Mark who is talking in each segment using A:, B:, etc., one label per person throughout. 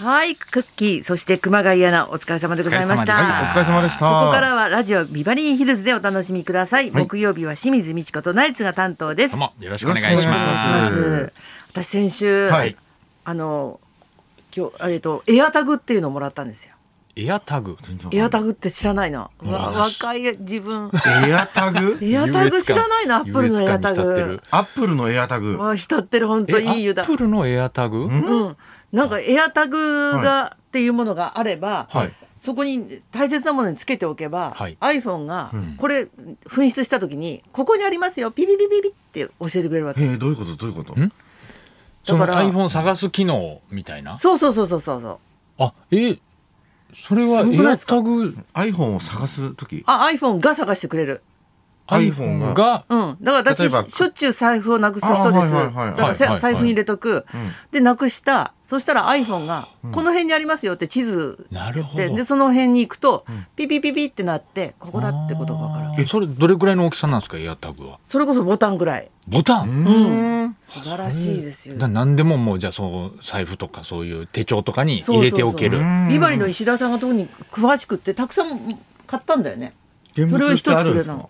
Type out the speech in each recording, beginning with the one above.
A: はい、クッキー、そして熊谷アナ、お疲れ様でございました。
B: お疲れ様でしたはい
A: ここ
B: お疲れ様でした
A: からはラジオビバリーヒルズでお楽しみください。
B: はい
A: 木曜日は清水美智子とナイツが担当です。
C: どう
A: よ
C: もよろしくお願いし
A: ろしくお願いしま
C: ます
A: す。私先週、
B: はい
A: あの、今日、えっと、エアタグっていうのをもらったんですよ。
C: エアタグ
A: エアタグって知らないな。わ
C: うん
A: 若い自分。
B: エア タグ
A: エアタグ知らないな、アップルのエアタ
C: 優越感に浸って
A: グ
C: る。
B: アップルのエアタグ。
A: あ浸ってる、本当いい湯
C: えア
A: だ
C: ッ。プルのエアタグ
A: うん、なんかエアタグがっていうものがあれば、
C: はい
A: そこに大切なものにつけておけば、
C: はい
A: iPhone がこれ紛失した時に、ここにありますよピピピピピって教えてくれるわけ
B: えー、どういうことどういうこと
C: んその
A: だから
C: iPhone 探す機能みたいな
A: そうそうそうそうそうそう
C: あえそれは
A: すごくない
C: エ
A: で
C: ア
A: すか
C: タグ
B: ?iPhone を探すとき。
A: あ iPhone が探してくれる
C: iPhone
B: iPhone が
C: が
A: うん、だから
B: 例
A: 私
B: えば
A: しょっちゅう財布をなくす人です
B: あ
A: だ
B: はいはいはいはい
A: からせ
C: はいはい
A: 財布に入れとく、でなくしたそしたら iPhone が「この辺にありますよ」って地図
C: なるほ
A: で
C: ど
A: でその辺に行くと、ピピピピってなってここだってことが分かる
C: えそれどれぐらいの大きさなんですかエアタグは
A: それこそボタンぐらい
C: ボタン
B: うん。
A: 素晴らしいですよ
C: だ何でももうじゃあそう財布とかそういう手帳とかに入れておける
A: そうそう
B: うん
A: ビバリの石田さんが特に詳しくってたくさん買ったんだよね
B: 現
A: それを
B: 物
A: 一
B: っ
A: つ
B: てあるん
A: く
B: で
A: れ
B: す
A: た
B: か
A: の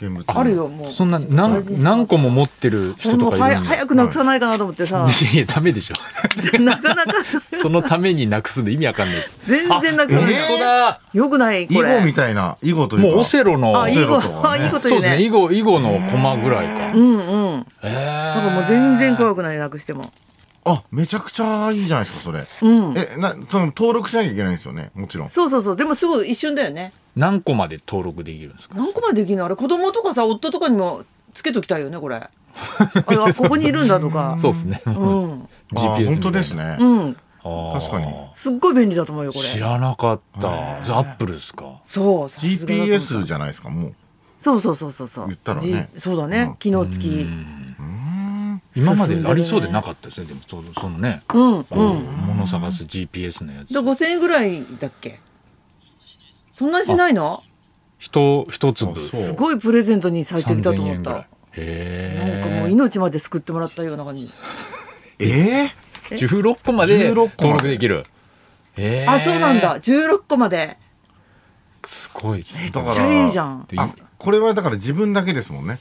B: 現物。
A: ある。よもう
C: そんな
A: 大事にして
C: 何
A: ます
C: 何個も持ってる人と
A: もう
C: かい
A: はや
C: るんだ
A: 早くなくさないかなと思ってさ、
C: いやいやダメでしょ
A: なかなかそれ
C: そのためになくすんで意味わかんない
A: 全然なくさない、
B: え
C: 本当だ
A: よくない
B: 囲
A: これ
B: 碁みたいな、囲碁というか。
C: もうオセロの
A: あいいこ
B: オセロと
A: と
B: かね
A: いいこと
C: そ
A: 言
C: う
A: う
C: です
A: ね
C: ね囲碁囲碁の駒ぐらいか
A: うんうん
C: えー
A: なんかもう全然怖くないなくしても
B: あ、めちゃくちゃいいじゃないですか、それ。
A: うん
B: え、な、その、登録しなきゃいけないんですよね、もちろん。
A: そうそうそうでもすごい一瞬だよね
C: 何個まで登録できるんですか
A: 何個までできるのあれ子供とかさ夫とかにもつけときたいよねこ れああここにいるんだとか
C: そうですね
A: うん
B: あー
C: GPS
B: 本当ですね。
A: うん
C: 確
B: 確かに
A: すっごい便利だと思うよこれ
C: 知らなかったじゃあアップルですか
A: そうさすがだと思った
B: GPS じゃないですか、もう。
A: そうそうそうそうそう
B: 言ったらね
A: じそうだね機能付き
C: 今までありそうでなかったですねでもそのそのね
A: うんうんだか
C: 物探す GPS のやつ
A: ら5000円ぐらいだっけそんなにしないの
C: 一一粒
B: あそう
A: すごいプレゼントに最適だと
C: 3000
A: 思っ
C: 円ぐらい
A: たなんかもう
C: へ
A: 命まで救ってもらったような感じ
B: え
C: え16個まで
B: 16個まで
C: 登録できるへー
A: あそうなんだ16個まです
C: ごいですね
B: ー、だ
A: めっちゃいいじゃん
B: あ、これはだから自分だけですもんね。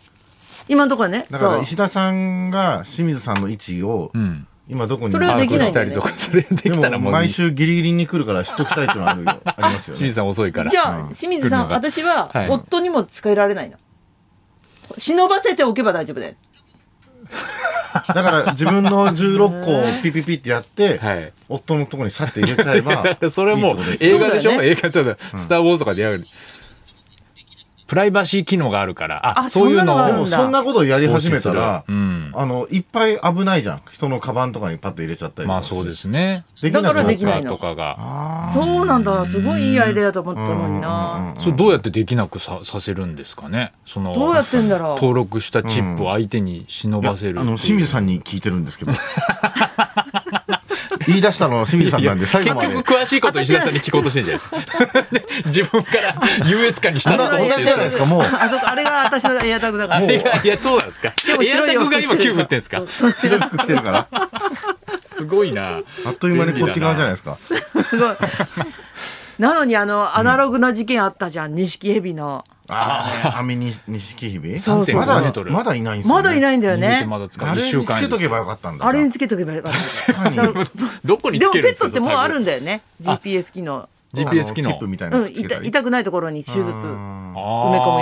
A: 今のところね
B: だから
A: そう
B: 石田さんが清水さんの位置を
C: うん
B: 今どこに
A: それは
C: 把
A: でき
C: 握
A: ない
C: し
A: んだ
C: た
A: よ
C: り
A: ね
C: とかそれできたら
B: で
C: も
B: も
C: う
B: 毎週ギリギリに来るからしときたいっていうのは あるよありますよ
C: 清水
B: ね。
C: さん遅いから
A: じゃあ清水さん
C: 来るのが
A: 私は
C: はい
A: 夫にも使えられないの忍ばせておけば大丈夫だよ
B: だから自分の16個をピピピってやって、
C: はい
B: 夫のとこにさって入れちゃ えば
C: だからそれはもう
B: いいってことですよ
C: 映画でし
A: そう
C: ょ、
A: だ
C: 映画ってスター・ウォーズ」とかでやる、プライバシー機能があるからあ
A: あ
C: そういう
A: そ
C: の
A: んなのがある
C: を
B: もうそんなことをやり始めたら、
C: 防止するうん
B: あのいっぱい危ないじゃん人のカバンとかにパッと入れちゃったりとか
C: まあそうですね
B: できなくなっちゃう
A: だからできないの
C: とかが
A: そうなんだすごいいいアイデアだと思ったのにな
C: それどうやってできなくささせるんですかねその
A: どうやってんだろう
C: 登録したチップを相手に忍
B: いや
C: ばせる
B: あの清水さんに聞いてるんです けど言い出したのは清水さんなんで最後まで
C: 結局詳しいこと石田さんに聞こうとしてるんじゃないで すか自分から優越感にした
B: 同
C: なと思って
B: じ同じじゃないですかもう
A: あそこあれが私のエアタグだか
C: あ
A: ら
C: れがいやそうなんですか
A: でも
C: エア
A: 白い
C: タ
A: 洋
C: グ
A: 服
C: が
A: 着てるでし
C: 今9
A: ょ
C: 振ってんですか
B: 白い服着てるからあ
C: すごいな
B: っという間にこっち側じゃないですか
A: すごい。なのにあのアナログな事件あったじゃん錦蛇の
B: ああ網に錦蛇
A: そうそう
B: まだ
C: そう
B: まだいないんですよ
A: ま
B: ね
A: だいないんだよ
C: 逃げて
A: ね
C: まだ使う
B: あ
C: 一
B: れ
C: 週
B: につ
C: 間
B: けとけばよかったんだ
A: あれにつけとけばよかった
B: 単に
C: どこに
A: で
C: つ
A: もペ
C: け
A: ッ
C: るんです
A: ト
C: か
A: ってもうあるん
C: だ
A: だよね GPS 機能
C: GPS 機
B: あのチッ
C: 能
B: プみたいな
A: う
B: の
A: ん
B: つけ
A: 痛
B: たり
A: 痛くないところに手術
B: うん
A: 埋
C: 埋
A: め込む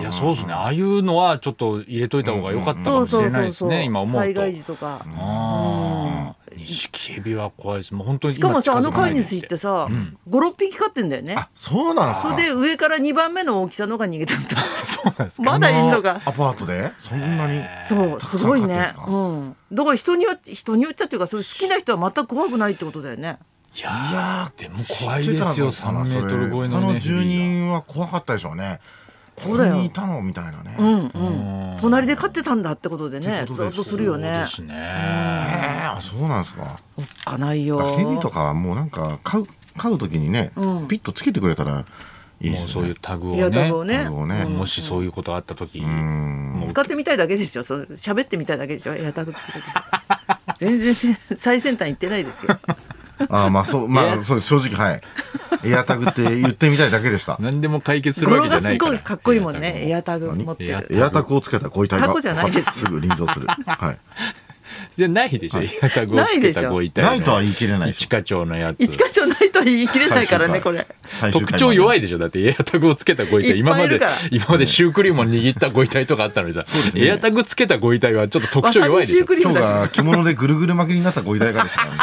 A: や
B: つ
C: いやそうですねああいうのはちょっと入れといた方が良かったか
A: そ
C: も
A: う
C: し
A: そ
C: れ
A: う
C: ない
A: そう
C: です
A: そう
C: ね今思
A: 災
C: うと
A: 害時とか
C: ああ錦蛇は怖いですもう本当に
A: しかもさあ
C: 今
A: の
C: 近づか
A: 飼
C: ないいで
A: 主って
C: て
A: さ56匹飼ってんだよね
B: あそうなんです
A: そ
B: か
A: れで上から2番目の大きさのが逃げたんだ
C: そうなんですか
A: まだいんのが
B: アパートでそんなに
A: そうすごいね
B: たくさん飼ってんですか
A: うんだから人によっち人によっちゃっていうかそういう好きな人は全く怖くないってことだよね
C: いやーでも怖いですよ
B: 知ってた
C: 3
B: のかな
C: メートル超えの
B: それ他
C: ね
B: の住人は怖かったでしょうねこ
A: うだ
B: こ
A: よ
B: にいたのみたいなね
A: う
B: ね
A: んうん隣で飼ってたんだってことでね
B: ってこ
A: ゾ
B: と
A: ッ
B: です
A: と
B: よ
A: するよね
C: そうですね
B: えあそうなんですか
A: おっかないよ
B: 蛇とかはもうなんか買う買う時にね
A: うん
B: ピッとつけてくれたらいいで
C: もう
B: す
C: そう
B: よ
C: い
B: ね
C: うタグを
A: いやタグを
C: ね
A: ね
B: タグをね
C: もしそういうことあった時
B: うん
C: もう
A: 使ってみたいだけですよ。そう喋ってみたいだけでしょ。エアタグつけてて全然せ最先端行ってないですよ。
B: ああまあそうまあそうです正直はいエアタグって言ってみたいだけでした
C: 何でも解決する
A: 語
C: わ
A: 呂
C: けじ
A: が
C: ゃな
A: す
C: いから
A: ごいかっこいいもんね。エ
C: エア
A: アタグ持って
C: エア
A: る。
B: エアタグをつけたご遺体が
A: タコじゃないです
B: すぐ臨場するは
C: タグ
B: い
C: じゃないでしょ、エアタグをつけたご遺体の
B: ないとは言い切れないでし
C: 一
B: ょ
C: 課長のやつ
A: 一箇所ないとは言い切れないからね、これ。
B: 最終
C: 特
B: 回
C: 徴弱
B: い
C: いでしょだってエアタグをつけたご遺体
A: いっ
C: 今
A: ぱい
C: ま
A: いる
C: で
A: から
C: 今までシュークリームを握ったご遺体とかあったのにさ、エアタグつけたご遺体はちょっと特
A: わ
C: 徴
A: さ
C: 弱
A: び
C: いで
A: シ
C: し
A: ュー
C: ょだ
A: クリー
B: 今
A: ム
B: 日
A: だ
B: が着物でぐるぐる巻きになったご遺体がですからね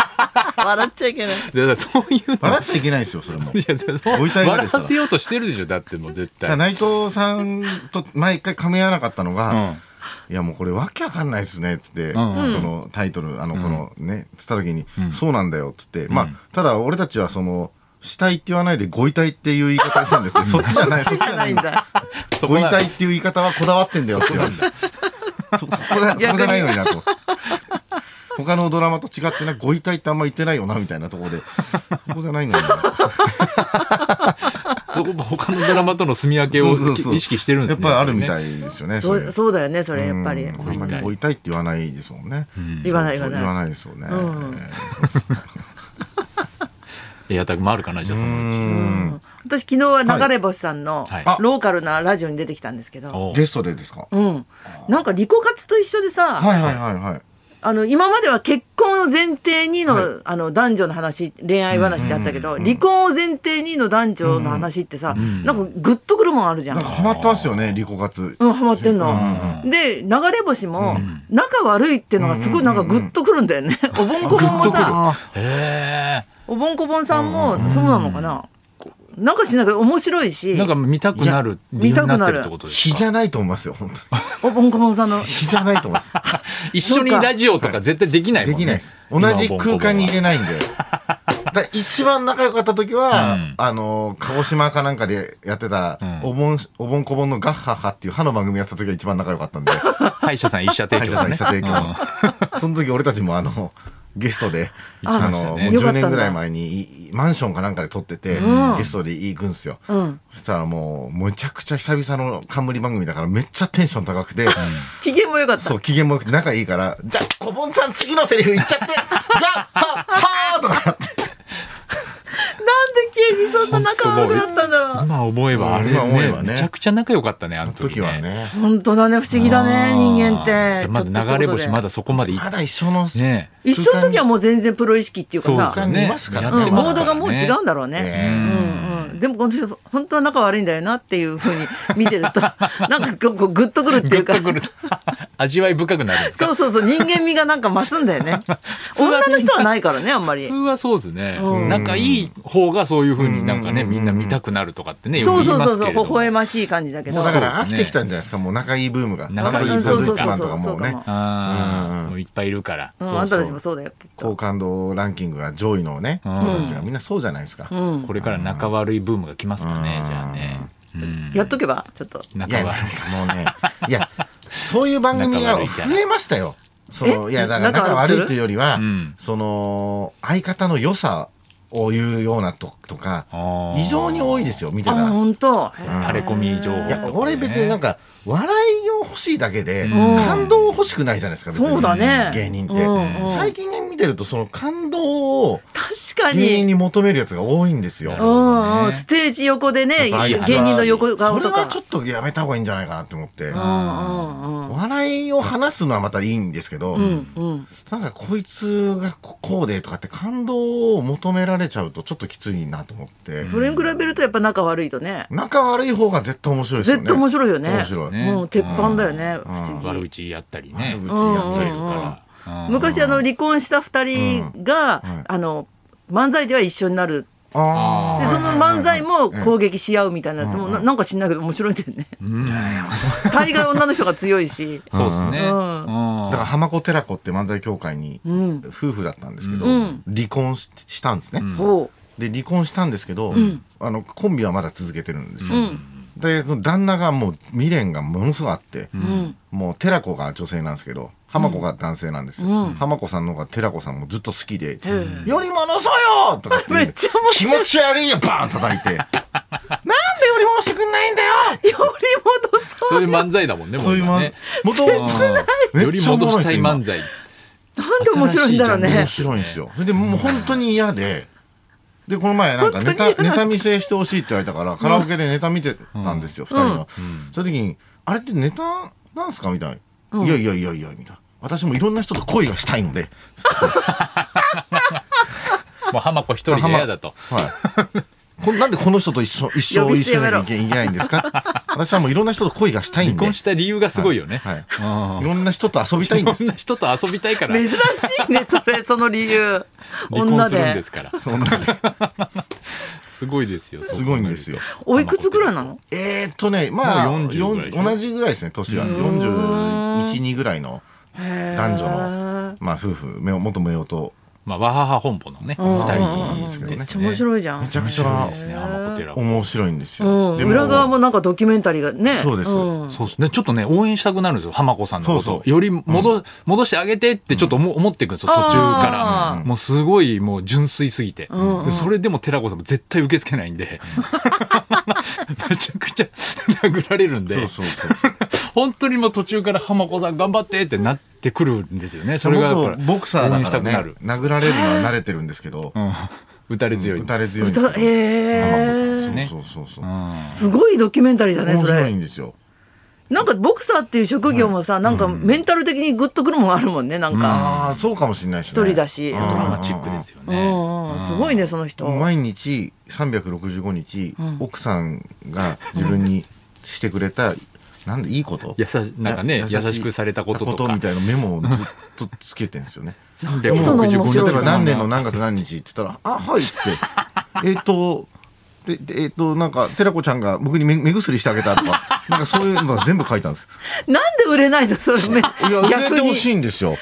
A: け。笑っちゃいけない。
C: からそういう
B: 笑っちゃいけないですよそれも
C: いやそう
B: ご遺体が
C: 笑
B: ですから
C: わせようとしてるでしょだってもう絶
B: だから
C: 対
B: 内藤さんと毎回噛み合わなかったの
C: う
B: が、
C: ん
B: いやもうこれわけわかんないですねっつっ
C: ん
B: て、
C: うん
B: そのタイトルあのこのねつった時に、そうなんだよっつって、まあただ俺たちはその死体って言わないでご遺体っていう言い方をしたんですけどそっちじゃないそっち
A: じ
B: じ
A: ゃな
B: ゃないい
A: ん
B: んだ
A: だ。
C: そこ
B: ご遺
C: な
B: 体っていう言い方はこだわってんだよって 言われたそそこだそこじゃないのになと他のドラマと違ってなご遺体ってあんま言ってないよなみたいなと ころでそこじゃないのにな
C: そこ他のドラマとの住み分けを
B: そうそうそう
C: 意識してるんですね
B: やっぱりあるみ
C: い
B: たいですよね
A: そ
B: れ
A: うそうだよね、それ、やっぱり。
B: うんあんまりご遺体って言わないですもんね。
A: 言わない言わ
B: 言わ
A: ない。
B: ないですよね。
A: うん
C: エアタグもあるかなじゃあそのうち
A: うん私、昨日は流れ星さんの
C: はい
B: あ
A: ローカルなラジオに出てきたんですけど、
C: おう
B: ゲストでですか。
A: うん。なんか、リコ活と一緒でさ、
B: はいはいはいはい。
A: あの今までは結婚を前提にの,、
B: はい
A: あの男女の話恋愛話だったけど、離婚を前提にの男女の話ってさ、なんかグッとくるもんあるじゃん。
B: なんかハマってますよね、リコ活。
A: うん、ハマってんの。で、流れ星も、仲悪いってのがすごいなんかグッとくるんだよね。 おぼんこぼんもさ、
C: へ
A: おぼんこぼんさんもそうなのかな。こうなんかしないけど面白いし
C: え、なんか見たくなる理由になってるってことです
B: 日
C: か
B: じゃないと思いますよ、本当に。
A: おぼんこぼんさんの。
B: 日じゃないと思います。
C: 一緒にラジオとか絶対できないも
B: で
C: ん、ね、
B: きないです。同じ空間に入れないんで。 だ一番仲良かった時は、
C: うん
B: あの、鹿児島かなんかでやってた、
C: ん
B: お盆、お盆こぼんのガッハッハっていう歯の番組やってた時が一番仲良かったんで、
C: 歯医者さん一社提
B: 歯
C: 供
B: 医者さん医者提供
C: うん
B: その時俺たちもあの、ゲストで、
C: 行き
B: あ
C: ました
B: の、もう
C: ね
B: 10年ぐらい前にいい、マンションかなんかで撮ってて、
A: うん
B: ゲストで行くんですよ。
A: うん。
B: そしたらもう、むちゃくちゃ久々の冠番組だからめっちゃテンション高くて、
A: 機嫌も良かった。
B: そう、機嫌も良くて仲いいから、じゃあ、こぼんちゃん次のセリフ言っちゃって、ガッハッハーとかやって。
A: なんで急にそんな仲悪くなったんだろう。
C: 今思えばあれ、ね
B: 今思えばね
C: めちゃくちゃ仲良かったねあの時
B: 時
C: ね
B: はね、
A: 本当だね、不思議だね、人間って。
C: ま
A: ちょっとしたこ
C: だ流れ
A: とで
C: 星まだそこまでいっ
B: まだ一緒の、
C: ね
A: 一緒の時はもう全然プロ意識っていうか
C: そう
A: さ
C: ですよ
B: 空間に
C: ね
B: いますから
A: うん、
B: ね
A: モードがもう違うんだ
C: だ
A: ろうね。
C: う
B: うん
A: うんうん、でもこの人本当は仲悪いんだよなっていうふうに見てる となんかこうこうグッとくるって
C: グ
A: い
C: ッ
A: うか
C: と くる味わい深くなるんですか
A: そうそうそう人間味がなんか増すんだよ ね
C: 通はね
A: 女の人はないからねあんまり
C: 普通はそうですね
A: うん
C: 仲いい方がそういうふうになんかねみんな見たくなるとかってねよ
A: そ
C: く
A: う
C: 言
A: そ
C: いうま
A: そう
C: す
A: そ
C: け
A: う
C: れ
A: 微
C: ども
A: 笑ましい感じだけど
B: もうだから
C: そう
B: 飽
C: です
B: き
C: ね
B: てきたんじゃないですか、もう仲いいブームが。
C: 仲いいブーム
B: サントリーサンドイッチマンとかも
A: そう
B: ね
A: か、
C: あ
B: うん
C: ー
B: うん
C: もういっぱいいるから
A: う
C: そ
A: ん、あんたた
C: う
A: ち
C: そう
A: もそうだよきっと
B: 好感度ランキングが上位のね、
C: うん
B: 人たちがみんなそうじゃないですか。
A: うん
C: これから仲悪いブームが来ますかね
B: うん
C: じゃあねうん
A: やっとけばちょっと
B: い
C: 仲
B: や、
C: 悪い
B: もうね、いや、そういう番組が増えましたよ。その
A: え
B: いや、だから
A: 仲
B: 仲
A: 悪くする
B: 悪いというよりは、
C: うん
B: その、相方の良さを言うようなととか、
C: あー
B: 非常に多いですよ、見て
A: あ
B: たら。
A: 本当
C: 垂れ込み情報
B: いや
C: とかね
B: 俺別になんか笑いを欲しいだけで、
C: ん
B: 感動を欲しくないじゃないですか別に
A: そうだね
B: 芸人って、
A: うんうん
B: 最近ね見てるとその感動を
A: 確か
B: 芸人
A: に
B: に求めるやつが多いんですよ
C: な
A: う
C: るほど
A: んうんステージ横でね
B: あい
A: 芸
B: つは
A: 人の横顔と
B: それ
A: か
B: はちょっとやめた方がいいんじゃないかなって思って、
A: うんうんうん
B: 笑いを話すのはまたいいんですけど、
A: うんうん
B: なんかこいつがここうでとかって感動を求められちゃうとちょっときついなと思って
A: それに比べるとやっぱ仲悪いとね
B: 仲悪い方が絶対面白いですよね
A: 絶対面白いよね
B: 面白い
C: ね
A: もう鉄板だよね、
B: うん
A: 不思議
C: 悪口やったりね
B: 悪口やったりと
A: うんうんうん
B: か、
C: うん
A: 昔あの離婚した二人が、
B: うんはい
A: あの漫才では一緒になる
B: あー
A: でその漫才も攻撃し合うみたいなやつも
B: うん
A: ななんか知んないけど面白いんだよね
C: うん
A: 大概女の人が強いし
C: そうですね
A: うん
C: うん
B: だから浜子寺子って漫才協会に
A: うん
B: 夫婦だったんですけど、
A: うん
B: 離婚ししたんですね、
A: ほ
B: で離婚したんですけど、あのコンビはまだ続けてるんです
A: うう
B: よ、
A: ん
B: でその旦那がもう未練がものすごいあって、
A: うん
B: もう寺子が女性なんですけど浜子が男性なんですよ、浜子さんの方が寺子さんもずっと好きで「
A: ん
B: より戻そうよ!」とかって
A: めっちゃ面
B: 気
A: 白い
B: 持ち悪いよバーン叩いて「なんでより戻してくんないんだよ!」
A: より戻そ
C: そう
A: う
C: いう漫才だもんね
B: そういう
C: も
B: ま
C: うんね
B: 元々
C: うんより戻したい漫才
A: なんで面白いんだろうね
B: 面。白いんですよ。それでもう本当に嫌で、で、この前なんかネタ、
A: 本当
B: ネタ見せしてほしいって言われたから、カラオケでネタ見てたんですよ、二、人の。その時に、あれってネタなんすかみたいな。いやいやいやいや、みたいな。私もいろんな人と恋がしたいので、
C: もう浜子一人で嫌だと。
B: はい。 こんなんでこの人と一緒、一生
A: 呼び捨て
B: 一
A: や
B: 緒
A: めろ
B: にいけいけないんですか私はもういろんな人と恋がしたいんで。
C: 離婚した理由がすごいよね。
B: は
C: う
B: い。
C: ん
B: いろんな人と遊びたいんで
C: こ
B: す
C: ん。な人と遊びたいから
A: 珍し
C: 離
A: いね、それ、その理由。
C: 婚
A: 女
C: するんで。
A: です
C: から。
B: 女です
C: ごいですよ。
B: すごいんですよ。
A: おいくつぐらいなの
B: えーっとね、まあ、
C: もう40ぐらい
B: よん
C: でしょ
B: 同じぐらいですね、年は。
C: う
B: 41、2ぐらいの、
A: 男
B: 男女の。、まあ、夫婦、め元めよと、
C: まあ、わはは本舗のね、
A: うん
C: 二人
B: なんですけどね
A: めっちゃ面白いじゃ
B: め
A: ん
B: ち。ゃく
C: 面
B: ち
C: 白
B: ゃ
C: いですね、浜子寺は。
B: 面白いんです
A: う
B: よ。
A: ん、裏側もなんかドキュメンタリーがね。
B: そうです
A: ん
C: そうですね。ちょっとね、応援したくなるんですよ。浜子さんのこと。
B: そうそう
C: より戻、戻してあげてってちょっと思,、思っていくんですよ、途中から。
A: あー
C: もうすごいもう純粋すぎて、
A: うんうん
C: でそれでも寺子さんも絶対受け付けないんでめちゃくちゃ殴られるんで
B: そうそうそう。
C: 本当にもう途中から浜子さん頑張ってってなってくるんですよねそれがやっぱ
B: 元
C: り
B: ボクサー
C: 応
B: だ
C: 援し
B: か
C: たくな
B: らね
C: る、、
B: 殴られるのは慣れてるんですけど、
C: うん、打たれ強い、
B: 打たれ強いんです
A: 歌
B: よ。
A: へえ。
C: ね
B: そうそうそうそう。
C: うん
A: すごいドキュメンタリーだね、
B: 面
A: そ
B: 白い
A: れ。
B: んですよ。
A: なんかボクサーっていう職業もさ、なんかメンタル的にグッとくるもんあるもんね、なんか。
B: ああ、そうかもしれないですね。
A: 一人だし
B: うん
C: ドラマチックですよ
A: う
C: ね、
A: んうん、すごいね、その人。
B: 毎日365日、奥さんが自分にしてくれた、なんでいいこと
C: 優しなんかね優しくされたこととか
B: みたいなメモをずっとつけてんです よね。
A: 何その面白い
B: 例
A: の
B: えば何年の何月何日って言ったら「あはい」っつって「えっ、と」ででえっ、となんか寺子ちゃんが僕に目目薬してあげたとか なんかそういうのが全部書いたんです
A: なんで売れないの、それ。め
B: いや売れ
A: 逆
B: てほ
A: に
B: し。いんですよ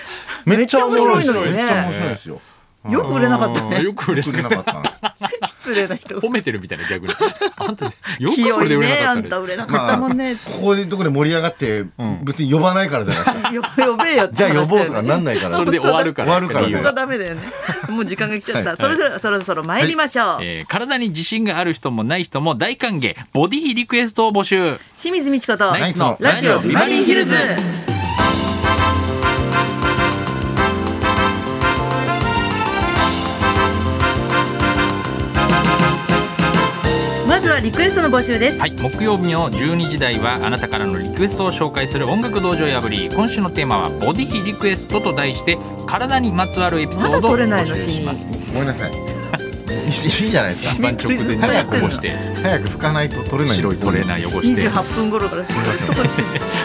B: めっちゃ面白いですよ
A: め
B: め
A: っ
B: っ
A: ち
B: ち
A: ゃ
B: ゃ
A: 面白いのにね
B: 面白いですよ
A: よく売れなかった
C: うん
A: ね。
C: よく売れな
B: 売れ
C: か
B: な
C: った
B: かったんです
A: 失礼な人。
C: 褒めてるみたいな逆に あんたよく
A: 清
C: それで
A: い
C: 売れ
A: ね、あ
C: なか
A: ん
C: った
A: た
C: ね
A: 売れなかっ
B: ま
A: た
B: あ
A: もんね。
B: ここでとこで盛り上がって別に呼ばないからじゃない ですか、
A: よ呼べよって
B: じゃあ呼ぼうとか
A: 話だよね
B: なんないから
C: それで終わるから
B: 終わるから
A: そ
B: ね
A: こがダメだよね。もう時間が来ちゃった。
B: はい
A: それではそろそろ参りましょう。
C: えー体に自信がある人もない人も大歓迎ボディリクエストを募集
A: 清水美智子と
C: ナ
A: ラ
C: イツの
A: ジオビバリーヒルズ。まずはリクエストの募集です。
C: はい木曜日の12時台はあなたからのリクエストを紹介する音楽道場破り今週のテーマはボディリクエストと題して体にまつわるエピソ
A: ま
C: ー
A: だ
C: ドを
A: 取れな
C: 募
A: いの
C: 集し
A: 清
C: ます
A: 水。
B: ごめんなさいいいいいじゃないですか
C: 一番直前に
B: 早く
C: こ
B: こ
C: ぼ
B: ぼ
C: し
B: してて早く拭かないと取れない
C: 白いトレーナー汚して
A: 28分頃からすごい。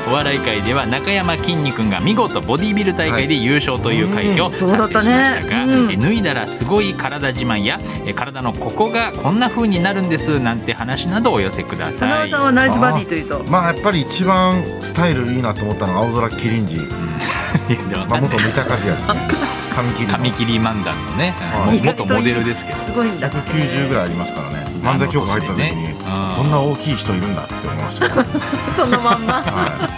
C: お笑い界では中山きんに君が見事ボディビル大会で優勝という快挙を
A: ん
C: 達
A: そうだ
C: 成
A: っ
C: したま
A: ね
C: したが、
A: うん
C: え脱いだらすごい体自慢やえ体のここがこんな風になるんですなんて話などお寄せくだ
A: 花
C: さ
A: 輪
C: い
A: さんはナイスバディというと。
B: まあやっぱり一番スタイルいいなと思ったのが青空キリン ジ、
C: いやでも
B: まあ、元三鷹和也 ですね髪切り
C: 髪切り漫談のね
B: あ
A: 意外と
C: 元モデルですけど
A: すごいんだ。
B: 190ぐらいありますからね漫才協会入った時に、
C: あの年でねうん
B: こんな大きい人いるんだって思いま したから、
A: そのまんま。
B: は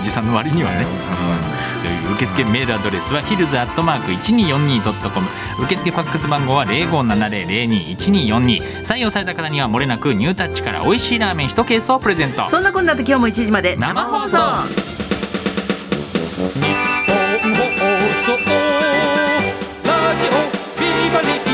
C: おじさんの割にはね
B: ええおじさんの割に
C: うん受付メールアドレスはヒルズアットマーク 1242.com 受付ファックス番号は0570021242採用された方にはもれなくニュータッチから美味しいラーメン1ケースをプレゼント
A: そんなこんなで今日も1時まで
C: 生放
D: 日
C: 送
D: 本放送ラジオビバリー